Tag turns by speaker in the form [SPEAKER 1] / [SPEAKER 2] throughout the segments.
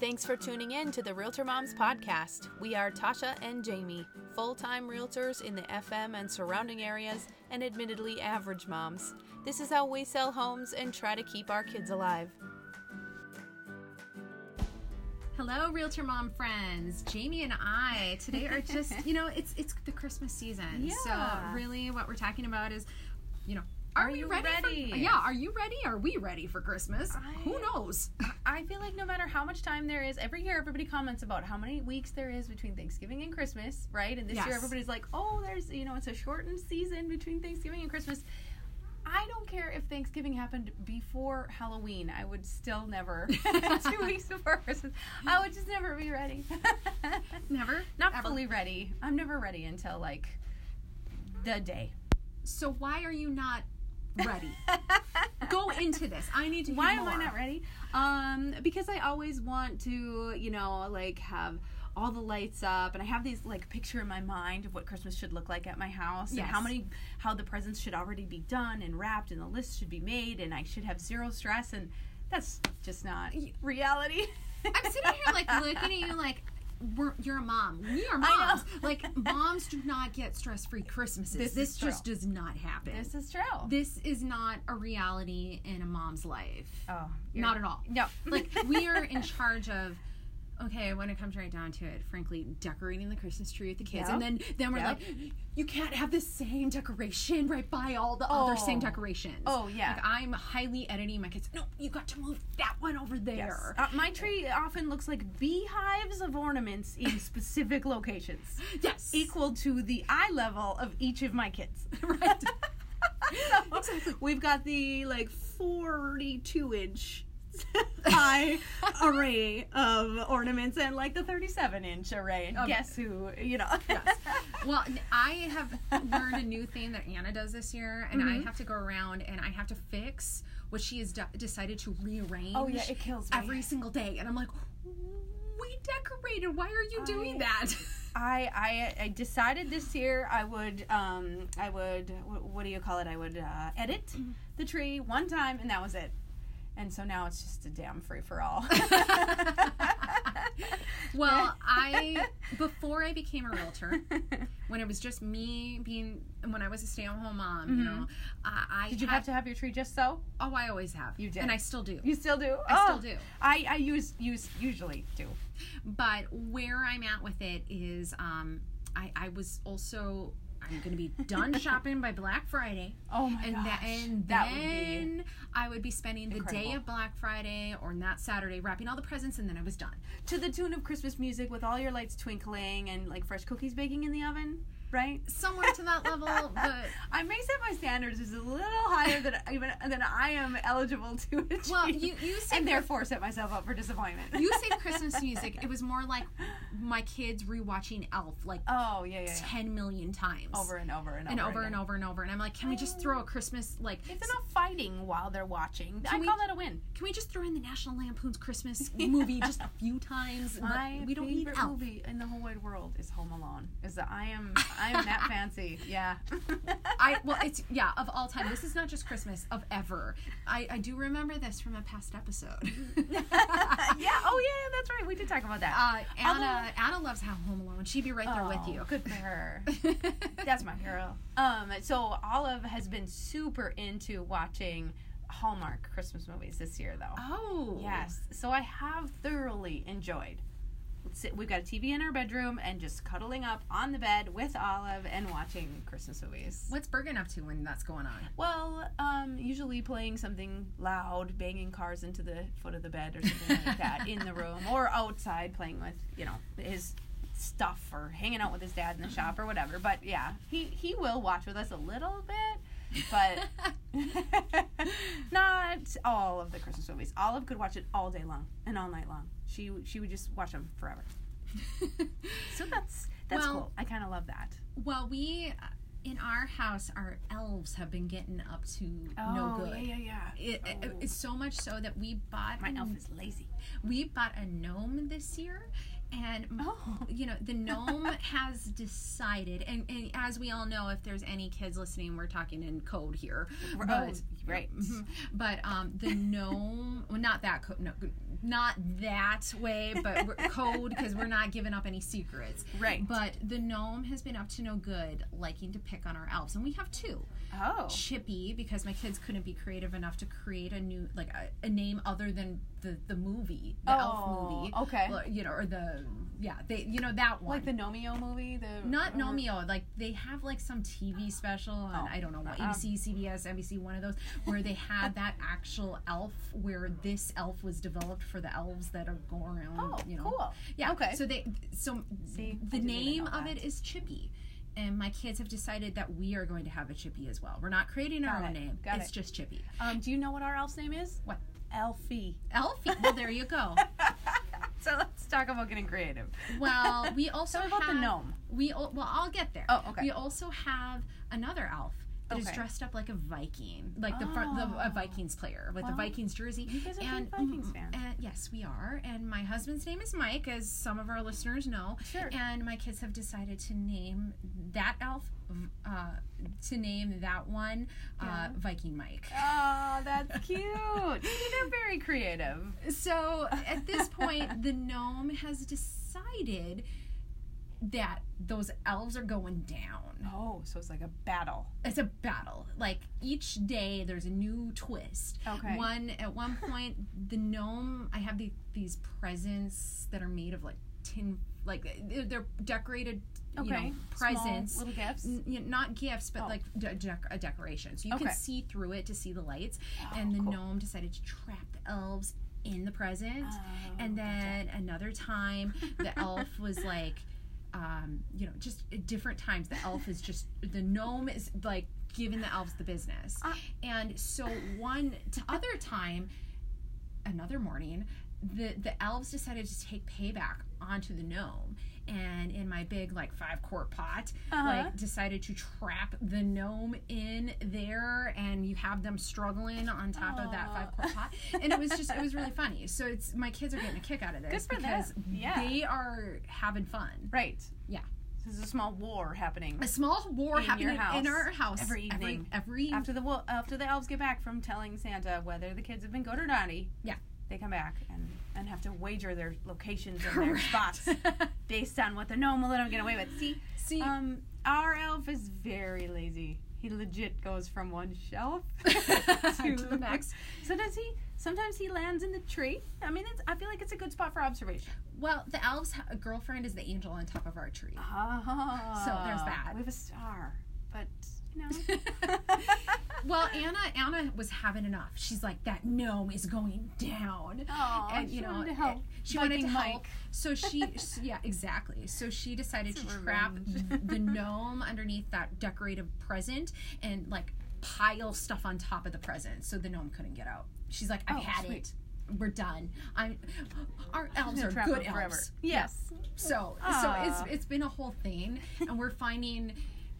[SPEAKER 1] Thanks for tuning in to the Realtor Moms podcast. We are Tasha and Jamie, full time realtors in the FM and surrounding areas, and admittedly average moms. This is how we sell homes and try to keep our kids alive. Hello, Realtor Mom friends. Jamie and I today are just, you know, it's it's the Christmas season.
[SPEAKER 2] Yeah.
[SPEAKER 1] So really what we're talking about is, you know, are,
[SPEAKER 2] Are
[SPEAKER 1] we
[SPEAKER 2] you
[SPEAKER 1] ready? for-
[SPEAKER 2] ready?
[SPEAKER 1] yeah, are you ready? Are we ready for Christmas?
[SPEAKER 2] I-
[SPEAKER 1] Who knows? I feel like no matter how much time there is, every year everybody comments about how many weeks there is between Thanksgiving and Christmas, right? And this year
[SPEAKER 2] Yes.
[SPEAKER 1] everybody's like, oh, there's, you know, it's a shortened season between Thanksgiving and Christmas. I don't care if Thanksgiving happened before Halloween. I would still never, two weeks before Christmas, I would just never be ready.
[SPEAKER 2] Never.
[SPEAKER 1] Not
[SPEAKER 2] Ever.
[SPEAKER 1] fully ready. I'm never ready until like the day.
[SPEAKER 2] So why are you not ready? Go into this. I need to. Hear
[SPEAKER 1] why am i
[SPEAKER 2] more.
[SPEAKER 1] not ready um because i always want to you know like have all the lights up and i have these like picture in my mind of what christmas should look like at my house and how
[SPEAKER 2] Yes.
[SPEAKER 1] many how the presents should already be done and wrapped and the list should be made and i should have zero stress and that's just not reality
[SPEAKER 2] I'm sitting here like looking at you like. We're, you're a mom. We are
[SPEAKER 1] know.
[SPEAKER 2] moms. Like moms do not get stress-free Christmases.
[SPEAKER 1] This
[SPEAKER 2] This,
[SPEAKER 1] is
[SPEAKER 2] just does not happen.
[SPEAKER 1] this is true
[SPEAKER 2] This is not a reality in a mom's life.
[SPEAKER 1] oh you're-
[SPEAKER 2] not at all.
[SPEAKER 1] no
[SPEAKER 2] Like we are in charge of. Okay, when it comes right down to it, frankly, decorating the Christmas tree with the kids, and then then we're
[SPEAKER 1] Yep.
[SPEAKER 2] like, you can't have the same decoration right by all the other same
[SPEAKER 1] Oh.
[SPEAKER 2] decorations.
[SPEAKER 1] Oh, yeah.
[SPEAKER 2] Like I'm highly editing my kids. No, you got to move that one over there.
[SPEAKER 1] Uh, my tree often looks like beehives of ornaments in specific locations.
[SPEAKER 2] Yes.
[SPEAKER 1] equal to the eye level of each of my kids. Right. so we've got the like 42 inch high array of ornaments and like the 37 inch array. And
[SPEAKER 2] Um,
[SPEAKER 1] guess who, you know.
[SPEAKER 2] Well, n- I have learned a new thing that Anna does this year, and
[SPEAKER 1] Mm-hmm.
[SPEAKER 2] I have to go around and I have to fix what she has de- decided to rearrange.
[SPEAKER 1] Oh, yeah, it kills me.
[SPEAKER 2] every single day, and I'm like, we decorated. Why are you doing that?
[SPEAKER 1] I, I I decided this year I would um I would wh- what do you call it I would uh, edit
[SPEAKER 2] Mm-hmm.
[SPEAKER 1] the tree one time and that was it, and so now it's just a damn free for all.
[SPEAKER 2] well, I before I became a realtor, when it was just me being when I was a stay-at-home mom, you know, I, I
[SPEAKER 1] Mm-hmm. Did you have to have your tree just so?
[SPEAKER 2] oh, I always have.
[SPEAKER 1] You did.
[SPEAKER 2] and I still do.
[SPEAKER 1] You still do? Oh.
[SPEAKER 2] I still do.
[SPEAKER 1] I I use use usually do.
[SPEAKER 2] but where I'm at with it is, um, I, I was also I'm going to be done shopping by Black Friday.
[SPEAKER 1] Oh my
[SPEAKER 2] And,
[SPEAKER 1] gosh,
[SPEAKER 2] that, and
[SPEAKER 1] that would
[SPEAKER 2] then I would be spending the day
[SPEAKER 1] incredible.
[SPEAKER 2] of Black Friday or that Saturday wrapping all the presents, and then I was done.
[SPEAKER 1] To the tune of Christmas music with all your lights twinkling and like fresh cookies baking in the oven, right?
[SPEAKER 2] Somewhere to that level, but
[SPEAKER 1] I may set my standards is a little higher than even than I am eligible to achieve.
[SPEAKER 2] Well, you- you said
[SPEAKER 1] and
[SPEAKER 2] that-
[SPEAKER 1] therefore set myself up for disappointment.
[SPEAKER 2] you said Christmas music. It was more like my kids rewatching Elf like
[SPEAKER 1] oh yeah, yeah, yeah.
[SPEAKER 2] ten million times
[SPEAKER 1] Over and over and over
[SPEAKER 2] and over and
[SPEAKER 1] again.
[SPEAKER 2] over and over. And I'm like, can we just throw a Christmas like?
[SPEAKER 1] If they're not fighting while they're watching, I
[SPEAKER 2] we-
[SPEAKER 1] call that a win.
[SPEAKER 2] Can we just throw in the National Lampoon's Christmas movie just a few times?
[SPEAKER 1] My
[SPEAKER 2] we don't need
[SPEAKER 1] favorite
[SPEAKER 2] Elf.
[SPEAKER 1] movie in the whole wide world is Home Alone. Is that I am I am that fancy. Yeah.
[SPEAKER 2] I well, it's yeah, of all time. This is not just Christmas of ever. I I do remember this from a past episode.
[SPEAKER 1] yeah. Oh yeah, that's right. We did talk about that.
[SPEAKER 2] Uh, Anna Anna loves how Home Alone. She'd be right there with
[SPEAKER 1] Oh,
[SPEAKER 2] you.
[SPEAKER 1] Good for her. That's my girl. Um, so Olive has been super into watching Hallmark Christmas movies this year, though.
[SPEAKER 2] oh
[SPEAKER 1] Yes. So I have thoroughly enjoyed. Let's sit- We've got a TV in our bedroom and just cuddling up on the bed with Olive and watching Christmas movies.
[SPEAKER 2] What's Bergen up to when that's going on?
[SPEAKER 1] Well, um, usually playing something loud, banging cars into the foot of the bed or something like that in the room, or outside playing with you know his stuff or hanging out with his dad in the shop or whatever. But yeah, he he will watch with us a little bit, but not all of the Christmas movies. Olive could watch it all day long and all night long. She she would just watch them forever. So that's that's
[SPEAKER 2] Well-
[SPEAKER 1] cool. I kind of love that.
[SPEAKER 2] well, we uh, in our house, our elves have been getting up to no good.
[SPEAKER 1] Oh, yeah, yeah, yeah.
[SPEAKER 2] It, it- it's so much so that we bought
[SPEAKER 1] My
[SPEAKER 2] a
[SPEAKER 1] elf is lazy.
[SPEAKER 2] We bought a gnome this year, and
[SPEAKER 1] Oh.
[SPEAKER 2] you know the gnome has decided and, and as we all know if there's any kids listening we're talking in code here
[SPEAKER 1] R- oh,
[SPEAKER 2] but,
[SPEAKER 1] right.
[SPEAKER 2] Mhm. but um the gnome well not that code no, not that way but we're, code because we're not giving up any secrets
[SPEAKER 1] Right.
[SPEAKER 2] but the gnome has been up to no good liking to pick on our elves and we have two
[SPEAKER 1] Oh.
[SPEAKER 2] chippy because my kids couldn't be creative enough to create a new like a, a name other than the the movie the elf
[SPEAKER 1] Oh,
[SPEAKER 2] movie
[SPEAKER 1] okay.
[SPEAKER 2] Well, you know or the yeah they you know that one
[SPEAKER 1] Like the Nomeo movie, the
[SPEAKER 2] not
[SPEAKER 1] or-
[SPEAKER 2] Nomeo, like they have like some TV special on
[SPEAKER 1] Mm-hmm. Oh.
[SPEAKER 2] I don't know what
[SPEAKER 1] Uh-uh.
[SPEAKER 2] ABC, CBS, NBC, one of those where they had that actual elf where this elf was developed for the elves that are going around.
[SPEAKER 1] Oh,
[SPEAKER 2] you know.
[SPEAKER 1] cool.
[SPEAKER 2] Yeah.
[SPEAKER 1] Okay.
[SPEAKER 2] So they so
[SPEAKER 1] See, I
[SPEAKER 2] the
[SPEAKER 1] didn't even
[SPEAKER 2] name
[SPEAKER 1] know
[SPEAKER 2] of
[SPEAKER 1] that.
[SPEAKER 2] it is Chippy. And my kids have decided that we are going to have a Chippy as well. We're not creating our
[SPEAKER 1] Got
[SPEAKER 2] own
[SPEAKER 1] it.
[SPEAKER 2] name.
[SPEAKER 1] Got
[SPEAKER 2] it's
[SPEAKER 1] it.
[SPEAKER 2] just Chippy.
[SPEAKER 1] Um, do you know what our elf's name is?
[SPEAKER 2] What?
[SPEAKER 1] Elfie.
[SPEAKER 2] Elfie. Well, there you go.
[SPEAKER 1] so let's talk about getting creative.
[SPEAKER 2] Well, we also
[SPEAKER 1] Tell me about the
[SPEAKER 2] have-
[SPEAKER 1] gnome.
[SPEAKER 2] We al- well, I'll get there.
[SPEAKER 1] Oh, okay.
[SPEAKER 2] We also have another elf that is
[SPEAKER 1] Okay.
[SPEAKER 2] dressed up like a Viking, like the front, the, a
[SPEAKER 1] Oh.
[SPEAKER 2] Vikings player with
[SPEAKER 1] Well,
[SPEAKER 2] a Vikings jersey.
[SPEAKER 1] you guys are big
[SPEAKER 2] and,
[SPEAKER 1] Vikings
[SPEAKER 2] mm,
[SPEAKER 1] fans.
[SPEAKER 2] and- yes, we are. And my husband's name is Mike, as some of our listeners know.
[SPEAKER 1] Sure.
[SPEAKER 2] And my kids have decided to name that elf, v- uh, to name that one, uh,
[SPEAKER 1] Yeah.
[SPEAKER 2] Viking Mike.
[SPEAKER 1] Oh, that's cute. See, They're very creative.
[SPEAKER 2] So at this point, the gnome has decided that those elves are going down.
[SPEAKER 1] Oh, so it's like a battle.
[SPEAKER 2] It's a battle. Like each day, there's a new twist.
[SPEAKER 1] Okay.
[SPEAKER 2] One at one point, the gnome. I have the, these presents that are made of like tin, like they're, they're decorated. You know, presents.
[SPEAKER 1] Small, little gifts.
[SPEAKER 2] N- you know, not gifts, but
[SPEAKER 1] Oh.
[SPEAKER 2] like de- dec- a decoration. So you
[SPEAKER 1] Okay.
[SPEAKER 2] can see through it to see the lights.
[SPEAKER 1] Oh,
[SPEAKER 2] and the
[SPEAKER 1] cool.
[SPEAKER 2] gnome decided to trap the elves in the present.
[SPEAKER 1] Oh,
[SPEAKER 2] and then another time, the elf was like, um, you know, just at different times, the elf is just, the gnome is like giving the elves the business.
[SPEAKER 1] Ah.
[SPEAKER 2] and so one to other time, another morning, the, the elves decided to take payback onto the gnome. And in my big, like, five quart pot,
[SPEAKER 1] Uh-huh.
[SPEAKER 2] like, decided to trap the gnome in there, and you have them struggling on top of that
[SPEAKER 1] Aw.
[SPEAKER 2] five quart pot. And it was just, it was really funny. So it's, my kids are getting a kick out of this
[SPEAKER 1] Good for
[SPEAKER 2] because
[SPEAKER 1] them. Yeah.
[SPEAKER 2] they are having fun.
[SPEAKER 1] right.
[SPEAKER 2] Yeah.
[SPEAKER 1] This is a small war happening.
[SPEAKER 2] A small war
[SPEAKER 1] In your
[SPEAKER 2] happening
[SPEAKER 1] house
[SPEAKER 2] in our house
[SPEAKER 1] every evening.
[SPEAKER 2] Every,
[SPEAKER 1] After the wo- after the elves get back from telling Santa whether the kids have been good or naughty,
[SPEAKER 2] Yeah.
[SPEAKER 1] they come back and, and have to wager their locations and their spots
[SPEAKER 2] spots.
[SPEAKER 1] based on what the gnome will let them get away with. See,
[SPEAKER 2] See,
[SPEAKER 1] um, our elf is very lazy. He legit goes from one shelf
[SPEAKER 2] To the next.
[SPEAKER 1] Sometimes he sometimes he lands in the tree. I mean, it's, I feel like it's a good spot for observation.
[SPEAKER 2] well, the elf's ha- girlfriend is the angel on top of our tree.
[SPEAKER 1] Oh,
[SPEAKER 2] that.
[SPEAKER 1] We have a star, but you know.
[SPEAKER 2] Well, Anna Anna was having enough. She's like, that gnome is going down.
[SPEAKER 1] Aw, she wanted to help.
[SPEAKER 2] She wanted to
[SPEAKER 1] Viking
[SPEAKER 2] help.
[SPEAKER 1] Mike.
[SPEAKER 2] So she, s- yeah, exactly. So she decided
[SPEAKER 1] It's
[SPEAKER 2] to
[SPEAKER 1] a
[SPEAKER 2] trap
[SPEAKER 1] revenge.
[SPEAKER 2] the gnome underneath that decorative present and like pile stuff on top of the present, so the gnome couldn't get out. She's like, I've
[SPEAKER 1] Oh,
[SPEAKER 2] had
[SPEAKER 1] sweet.
[SPEAKER 2] it. We're done. I'm. Our elves
[SPEAKER 1] Gonna
[SPEAKER 2] are
[SPEAKER 1] trap
[SPEAKER 2] good
[SPEAKER 1] her forever.
[SPEAKER 2] elves.
[SPEAKER 1] Yes.
[SPEAKER 2] So
[SPEAKER 1] Aw.
[SPEAKER 2] so it's it's been a whole thing, and we're finding.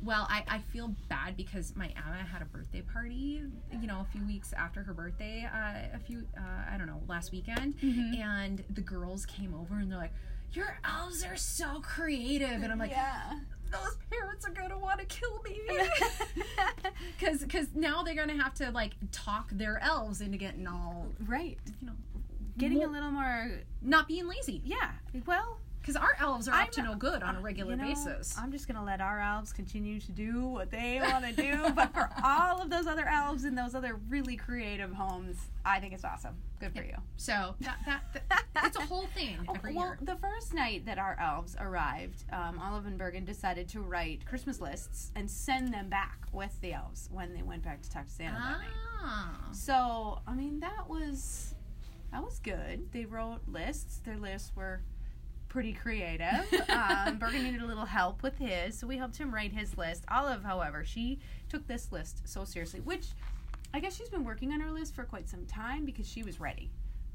[SPEAKER 2] Well, I, I feel bad because my Anna had a birthday party, you know, a few weeks after her birthday, uh, a few, uh, I don't know, last weekend.
[SPEAKER 1] Mm-hmm.
[SPEAKER 2] And the girls came over and they're like, Your elves are so creative. And I'm like,
[SPEAKER 1] yeah.
[SPEAKER 2] Those parents are going to want to kill me. Because now they're going to have to, like, talk their elves into getting all,
[SPEAKER 1] right.
[SPEAKER 2] you know,
[SPEAKER 1] Getting
[SPEAKER 2] mo-
[SPEAKER 1] a little more.
[SPEAKER 2] not being lazy.
[SPEAKER 1] Yeah. Well,
[SPEAKER 2] Because our elves are up
[SPEAKER 1] I'm-
[SPEAKER 2] to no good on a regular
[SPEAKER 1] you know,
[SPEAKER 2] basis.
[SPEAKER 1] I'm just gonna let our elves continue to do what they want to do. but for all of those other elves in those other really creative homes, I think it's awesome. Good for you.
[SPEAKER 2] So that, that, that it's a whole thing every
[SPEAKER 1] well,
[SPEAKER 2] year.
[SPEAKER 1] the first night that our elves arrived, um, Olive and Bergen decided to write Christmas lists and send them back with the elves when they went back to talk to Santa that night.
[SPEAKER 2] Ah,
[SPEAKER 1] So, I mean, that was that was good. They wrote lists. Their lists were pretty creative. um, Bergen needed a little help with his, so we helped him write his list. Olive, however, she took this list so seriously, which I guess she's been working on her list for quite some time because she was ready.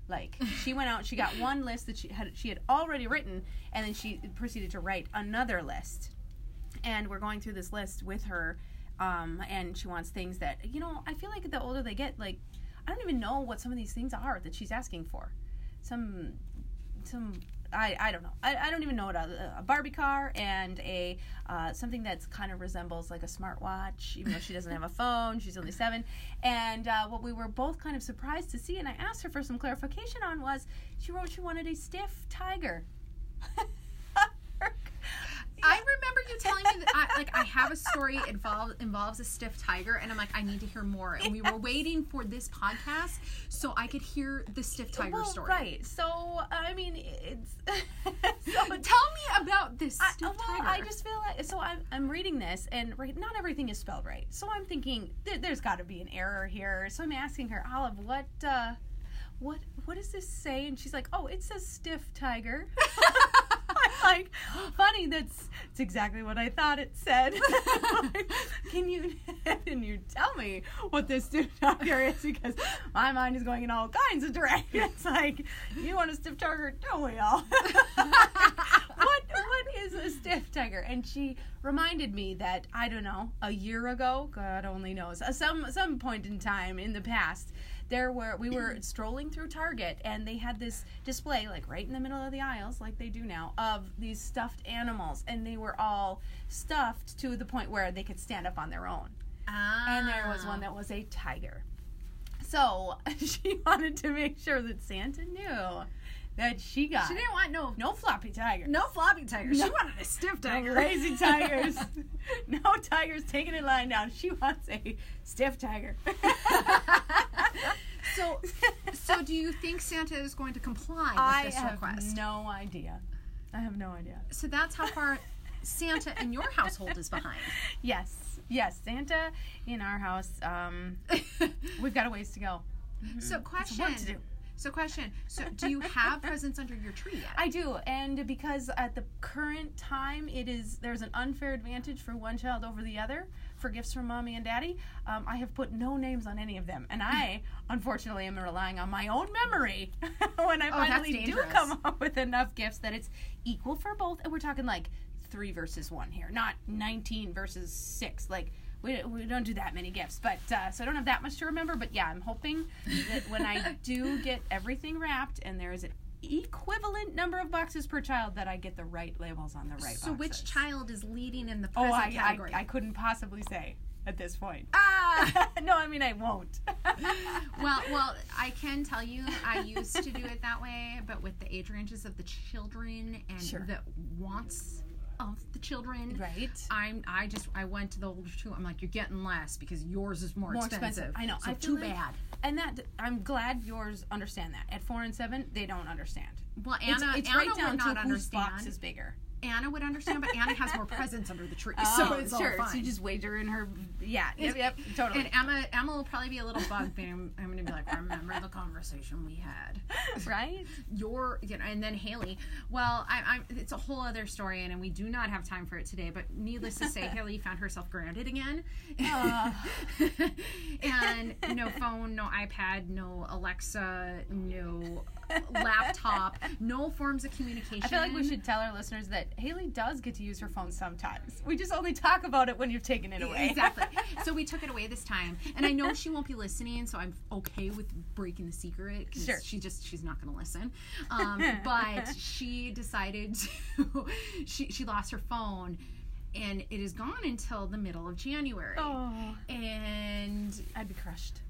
[SPEAKER 1] Like she went out, she got one list that she had she had already written, and then she proceeded to write another list and we're going through this list with her um, and she wants things that you know i feel like the older they get like i don't even know what some of these things are that she's asking for some some I, I don't know. I, I don't even know what a, a Barbie car and a uh, something that's kind of resembles like a smartwatch, even though she doesn't have a phone. She's only seven. And uh, what we were both kind of surprised to see, and I asked her for some clarification on, was she wrote she wanted a stiff tiger.
[SPEAKER 2] I remember you telling me that I, like I have a story involved involves a stiff tiger, and I'm like, I need to hear more. And we were waiting for this podcast so I could hear the stiff tiger
[SPEAKER 1] well,
[SPEAKER 2] story.
[SPEAKER 1] right. So I mean, it's
[SPEAKER 2] Tell
[SPEAKER 1] so
[SPEAKER 2] me about this
[SPEAKER 1] I,
[SPEAKER 2] stiff
[SPEAKER 1] well,
[SPEAKER 2] tiger.
[SPEAKER 1] I just feel like so. I'm, I'm reading this, and right, not everything is spelled right. So I'm thinking th- there's got to be an error here. So I'm asking her, Olive, what, uh, what, what does this say? And she's like, Oh, it says stiff tiger. I'm like, funny. That's it's exactly what I thought it said. Like, can you can you tell me what this stiff tiger is? Because my mind is going in all kinds of directions. Like, you want a stiff tiger, don't we all? what what is a stiff tiger? And she reminded me that I don't know a year ago, God only knows, uh, some some point in time in the past, there were we were strolling through Target and they had this display like right in the middle of the aisles, like they do now, of these stuffed animals, and they were all stuffed to the point where they could stand up on their own. And there was
[SPEAKER 2] Ah.
[SPEAKER 1] one that was a tiger. So she wanted to make sure that Santa knew that she got
[SPEAKER 2] Ah. She didn't want no
[SPEAKER 1] no floppy tiger.
[SPEAKER 2] no floppy tiger.
[SPEAKER 1] No.
[SPEAKER 2] She wanted a stiff
[SPEAKER 1] No
[SPEAKER 2] tiger.
[SPEAKER 1] lazy tigers. no tigers taking it lying down. She wants a stiff tiger.
[SPEAKER 2] so, so do you think Santa is going to comply with
[SPEAKER 1] I
[SPEAKER 2] this
[SPEAKER 1] have
[SPEAKER 2] request?
[SPEAKER 1] no idea. I have no idea.
[SPEAKER 2] so that's how far Santa in your household is behind.
[SPEAKER 1] Yes, yes. Santa in our house. Um, we've got a ways to go.
[SPEAKER 2] so question.
[SPEAKER 1] work to do.
[SPEAKER 2] So question. So do you have presents under your tree yet?
[SPEAKER 1] I do, and because at the current time it is there's an unfair advantage for one child over the other for gifts from mommy and daddy. Um, I have put no names on any of them, and I unfortunately am relying on my own memory when I
[SPEAKER 2] Oh, that's
[SPEAKER 1] finally do
[SPEAKER 2] dangerous.
[SPEAKER 1] come up with enough gifts that it's equal for both. And we're talking like three versus one here, not 19 versus six, like. We, we don't do that many gifts, but uh, so I don't have that much to remember. But yeah, I'm hoping that when I do get everything wrapped and there is an equivalent number of boxes per child that I get the right labels on the right
[SPEAKER 2] so which
[SPEAKER 1] boxes.
[SPEAKER 2] child is leading in the
[SPEAKER 1] Oh,
[SPEAKER 2] present
[SPEAKER 1] I, I,
[SPEAKER 2] category?
[SPEAKER 1] I couldn't possibly say at this point.
[SPEAKER 2] ah.
[SPEAKER 1] no, I mean I won't.
[SPEAKER 2] Well, well, I can tell you, I used to do it that way, but with the age ranges of the children and
[SPEAKER 1] Sure.
[SPEAKER 2] the wants of the children,
[SPEAKER 1] right.
[SPEAKER 2] I'm. I just. I went to the older two. I'm like, you're getting less because yours is more,
[SPEAKER 1] More expensive. I know.
[SPEAKER 2] So
[SPEAKER 1] I feel
[SPEAKER 2] too
[SPEAKER 1] like-
[SPEAKER 2] bad.
[SPEAKER 1] And that I'm glad yours understand that. At four and seven, they don't understand.
[SPEAKER 2] Well,
[SPEAKER 1] It's-
[SPEAKER 2] Anna.
[SPEAKER 1] it's
[SPEAKER 2] Anna
[SPEAKER 1] right down
[SPEAKER 2] would not
[SPEAKER 1] to
[SPEAKER 2] understand.
[SPEAKER 1] whose box is bigger.
[SPEAKER 2] Anna would understand, but Anna has more presents under the tree, so
[SPEAKER 1] Oh,
[SPEAKER 2] it's
[SPEAKER 1] sure.
[SPEAKER 2] all fine.
[SPEAKER 1] So you just wager in her. Yeah. Yep. Yep. Totally.
[SPEAKER 2] and Emma, Emma will probably be a little bugged. but I'm, I'm going to be like, remember the conversation we had.
[SPEAKER 1] right.
[SPEAKER 2] your you know, and then Haley. Well, I, I'm it's a whole other story, and, and we do not have time for it today. But needless to say, Haley found herself grounded again,
[SPEAKER 1] Aw.
[SPEAKER 2] and no phone, no iPad, no Alexa, no laptop, no forms of communication.
[SPEAKER 1] I feel like we should tell our listeners that Haley does get to use her phone sometimes. We just only talk about it when you've taken it away.
[SPEAKER 2] Exactly. So we took it away this time, and I know she won't be listening, so I'm okay with breaking the secret. 'cause
[SPEAKER 1] Sure.
[SPEAKER 2] She just she's not going to listen. Um, but she decided to. She she lost her phone, and it is gone until the middle of January.
[SPEAKER 1] oh,
[SPEAKER 2] And
[SPEAKER 1] I'd be crushed.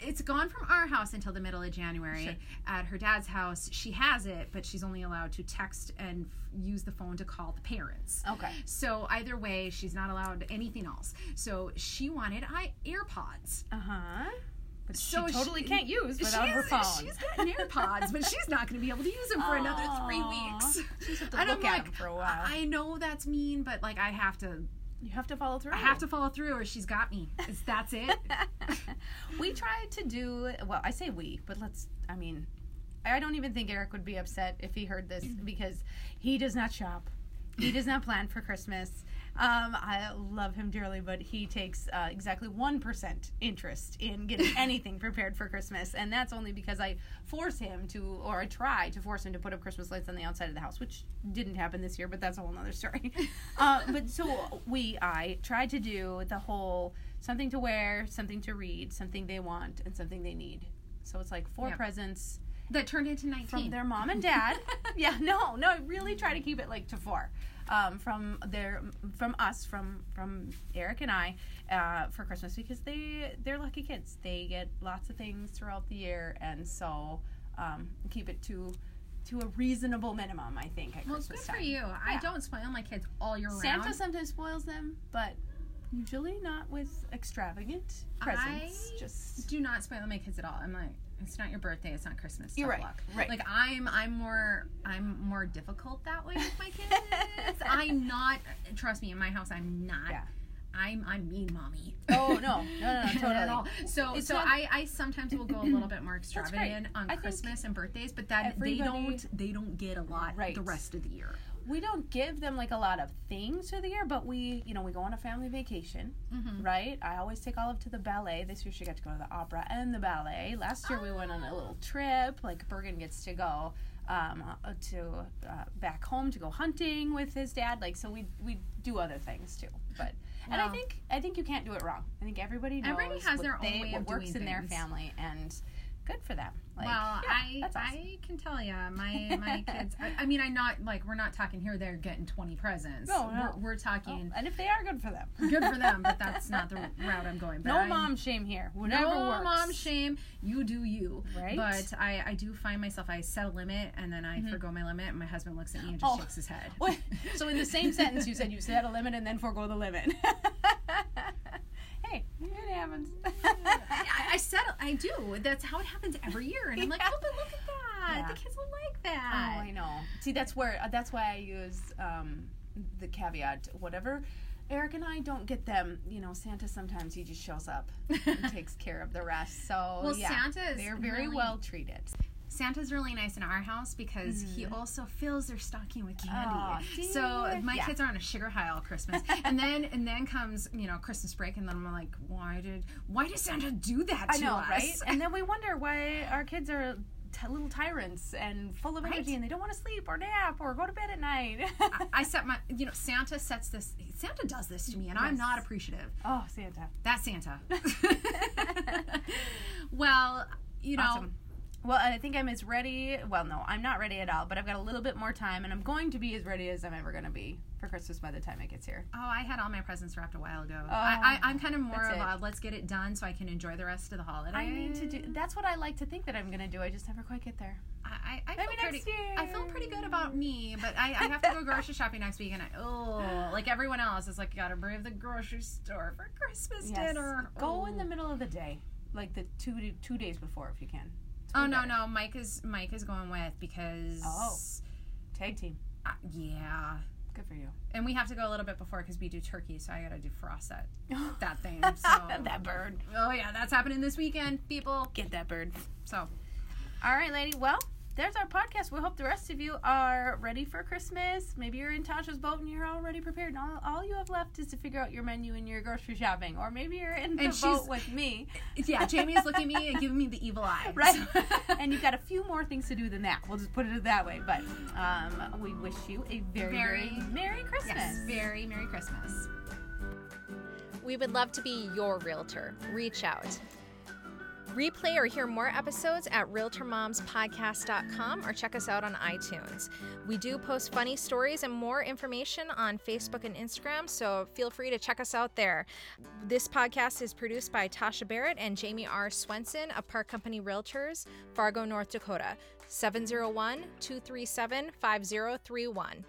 [SPEAKER 2] it's gone from our house until the middle of January.
[SPEAKER 1] Sure.
[SPEAKER 2] At her dad's house, she has it, but she's only allowed to text and f- use the phone to call the parents.
[SPEAKER 1] Okay.
[SPEAKER 2] So either way, she's not allowed anything else. So she wanted i AirPods.
[SPEAKER 1] Uh huh. But
[SPEAKER 2] So
[SPEAKER 1] she totally
[SPEAKER 2] she-
[SPEAKER 1] can't use without her
[SPEAKER 2] She's-
[SPEAKER 1] phone.
[SPEAKER 2] She's got AirPods, but she's not going to be able to use them for another three
[SPEAKER 1] Aw.
[SPEAKER 2] weeks.
[SPEAKER 1] She's have to
[SPEAKER 2] And I'm
[SPEAKER 1] look at
[SPEAKER 2] like,
[SPEAKER 1] them for a while.
[SPEAKER 2] I know that's mean, but like I have to,
[SPEAKER 1] you have to follow through.
[SPEAKER 2] I have to follow through, or she's got me. It's, that's it.
[SPEAKER 1] we tried to do well. I say we, but let's. I mean, I don't even think Eric would be upset if he heard this because he does not shop. He does not plan for Christmas. Um, I love him dearly, but he takes uh, exactly one percent interest in getting anything prepared for Christmas, and that's only because I force him to, or I try to force him to put up Christmas lights on the outside of the house, which didn't happen this year, but that's a whole nother story. uh, but so we, I tried to do the whole something to wear, something to read, something they want, and something they need. So it's like four
[SPEAKER 2] Yep.
[SPEAKER 1] presents
[SPEAKER 2] that turned into 19.
[SPEAKER 1] from their mom and dad. yeah, no, no, I really try to keep it like to four. Um, from their from us from from Eric and I uh, for Christmas because they they're lucky kids. They get lots of things throughout the year and so um, keep it to to a reasonable minimum, I think, at
[SPEAKER 2] well, it's good
[SPEAKER 1] Christmas
[SPEAKER 2] for
[SPEAKER 1] time.
[SPEAKER 2] you. I
[SPEAKER 1] Yeah.
[SPEAKER 2] don't spoil my kids all year
[SPEAKER 1] Santa
[SPEAKER 2] round.
[SPEAKER 1] sometimes spoils them, but usually not with extravagant presents.
[SPEAKER 2] I
[SPEAKER 1] Just
[SPEAKER 2] do not spoil my kids at all. I'm like, it's not your birthday. It's not Christmas.
[SPEAKER 1] You're
[SPEAKER 2] tough
[SPEAKER 1] right,
[SPEAKER 2] luck.
[SPEAKER 1] right.
[SPEAKER 2] Like I'm, I'm more, I'm more difficult that way with my kids. I'm not. Trust me, in my house, I'm not.
[SPEAKER 1] Yeah.
[SPEAKER 2] I'm, I'm mean, mommy.
[SPEAKER 1] Oh, no. No, no, no,
[SPEAKER 2] Not at
[SPEAKER 1] totally.
[SPEAKER 2] all. So,
[SPEAKER 1] It's
[SPEAKER 2] so
[SPEAKER 1] not-
[SPEAKER 2] I, I sometimes will go a little bit more
[SPEAKER 1] great.
[SPEAKER 2] extravagant on
[SPEAKER 1] I think
[SPEAKER 2] Christmas and birthdays, but that they
[SPEAKER 1] everybody-
[SPEAKER 2] don't, they don't get a lot
[SPEAKER 1] Right.
[SPEAKER 2] the rest of the year.
[SPEAKER 1] we don't give them like a lot of things through the year, but we, you know, we go on a family vacation,
[SPEAKER 2] Mhm.
[SPEAKER 1] right? I always take Olive to the ballet. This year she got to go to the opera and the ballet. Last year we went on a little trip. Like Bergen gets to go um, uh, to uh, back home to go hunting with his dad. Like so, we we do other things too. But and I
[SPEAKER 2] Wow.
[SPEAKER 1] think I think you can't do it wrong. I think everybody knows
[SPEAKER 2] Everybody has
[SPEAKER 1] what
[SPEAKER 2] their own
[SPEAKER 1] they,
[SPEAKER 2] way
[SPEAKER 1] what
[SPEAKER 2] of
[SPEAKER 1] works
[SPEAKER 2] doing
[SPEAKER 1] in their
[SPEAKER 2] things.
[SPEAKER 1] family, and good for them. Like,
[SPEAKER 2] well,
[SPEAKER 1] yeah,
[SPEAKER 2] I
[SPEAKER 1] that's awesome.
[SPEAKER 2] I can tell you, my my kids. I, I mean, I'm not like we're not talking here. They're getting 20 presents.
[SPEAKER 1] No, no.
[SPEAKER 2] We're, we're
[SPEAKER 1] Oh,
[SPEAKER 2] talking
[SPEAKER 1] and if they are good for them,
[SPEAKER 2] good for them, but that's not the route I'm going. But
[SPEAKER 1] No
[SPEAKER 2] I'm-
[SPEAKER 1] mom shame here. Whatever
[SPEAKER 2] No
[SPEAKER 1] works.
[SPEAKER 2] mom shame. You do you.
[SPEAKER 1] Right? Mm-hmm.
[SPEAKER 2] But I, I do find myself. I set a limit and then I forgo my limit. And my husband looks at me and just
[SPEAKER 1] Oh.
[SPEAKER 2] shakes his head.
[SPEAKER 1] What? So in the same sentence, you said you set a limit and then forego the limit. hey, it happens.
[SPEAKER 2] I, I said I do. That's how it happens every year. And I'm like,
[SPEAKER 1] Yeah.
[SPEAKER 2] oh, but look at that.
[SPEAKER 1] Yeah.
[SPEAKER 2] The kids will like
[SPEAKER 1] Oh,
[SPEAKER 2] that.
[SPEAKER 1] I know. See, that's where uh, that's why I use um, the caveat. Whatever. Eric and I don't get them. You know, Santa sometimes he just shows up and takes care of the rest. So
[SPEAKER 2] Well,
[SPEAKER 1] yeah,
[SPEAKER 2] Santa is
[SPEAKER 1] they're very
[SPEAKER 2] really-
[SPEAKER 1] well treated.
[SPEAKER 2] Santa's really nice in our house because he also fills their stocking with
[SPEAKER 1] Mm-hmm. Aw,
[SPEAKER 2] candy. so
[SPEAKER 1] dear.
[SPEAKER 2] my
[SPEAKER 1] Yeah.
[SPEAKER 2] kids are on a sugar high all Christmas, and then and then comes you know Christmas break, and then I'm like, why did why did Santa do that to
[SPEAKER 1] I know,
[SPEAKER 2] us?
[SPEAKER 1] right? And then we wonder why our kids are t- little tyrants and full of
[SPEAKER 2] Right.
[SPEAKER 1] energy, and they don't want to sleep or nap or go to bed at night.
[SPEAKER 2] I set my you know Santa sets this Santa does this to me, and I'm
[SPEAKER 1] Yes.
[SPEAKER 2] not appreciative.
[SPEAKER 1] oh, Santa.
[SPEAKER 2] That's Santa. well, you know,
[SPEAKER 1] Awesome. Well, I think I'm as ready. Well, no, I'm not ready at all, but I've got a little bit more time, and I'm going to be as ready as I'm ever going to be for Christmas by the time it gets here.
[SPEAKER 2] oh, I had all my presents wrapped a while ago. I, I, I'm kind of more
[SPEAKER 1] Oh, that's
[SPEAKER 2] of
[SPEAKER 1] it.
[SPEAKER 2] a let's get it done so I can enjoy the rest of the holiday.
[SPEAKER 1] I need to do. That's what I like to think that I'm going to do. I just never quite get there.
[SPEAKER 2] I, I, I feel
[SPEAKER 1] Maybe
[SPEAKER 2] pretty.
[SPEAKER 1] next year.
[SPEAKER 2] I feel pretty good about me, but I, I have to go grocery shopping next week, and I oh, like everyone else is like, gotta brave the grocery store for Christmas dinner.
[SPEAKER 1] Go
[SPEAKER 2] Oh.
[SPEAKER 1] in the middle of the day, like the two two days before, if you can. It's
[SPEAKER 2] Oh
[SPEAKER 1] way
[SPEAKER 2] no
[SPEAKER 1] better.
[SPEAKER 2] no, Mike is Mike is going with because
[SPEAKER 1] Oh. Tag team.
[SPEAKER 2] I- yeah,
[SPEAKER 1] Good for you.
[SPEAKER 2] and we have to go a little bit before because we do turkey, so I gotta defrost that that thing. So
[SPEAKER 1] that bird.
[SPEAKER 2] oh yeah, that's happening this weekend, people.
[SPEAKER 1] Get that bird.
[SPEAKER 2] So
[SPEAKER 1] All right, lady. Well, there's our podcast. We hope the rest of you are ready for Christmas. Maybe you're in Tasha's boat and you're already prepared. And all, all you have left is to figure out your menu and your grocery shopping. Or maybe you're in the
[SPEAKER 2] And
[SPEAKER 1] boat
[SPEAKER 2] she's-
[SPEAKER 1] with me.
[SPEAKER 2] yeah, Jamie is looking at me and giving me the evil eye.
[SPEAKER 1] Right.
[SPEAKER 2] So-
[SPEAKER 1] and you've got a few more things to do than that. We'll just put it that way. But um, we wish you a very, very,
[SPEAKER 2] Very-
[SPEAKER 1] Merry Christmas.
[SPEAKER 2] Yes, very Merry Christmas. We would love to be your realtor. Reach out. Replay or hear more episodes at RealtorMomsPodcast.com or check us out on iTunes. We do post funny stories and more information on Facebook and Instagram, so feel free to check us out there. This podcast is produced by Tasha Barrett and Jamie R. Swenson of Park Company Realtors, Fargo, North Dakota, 701 237 5031.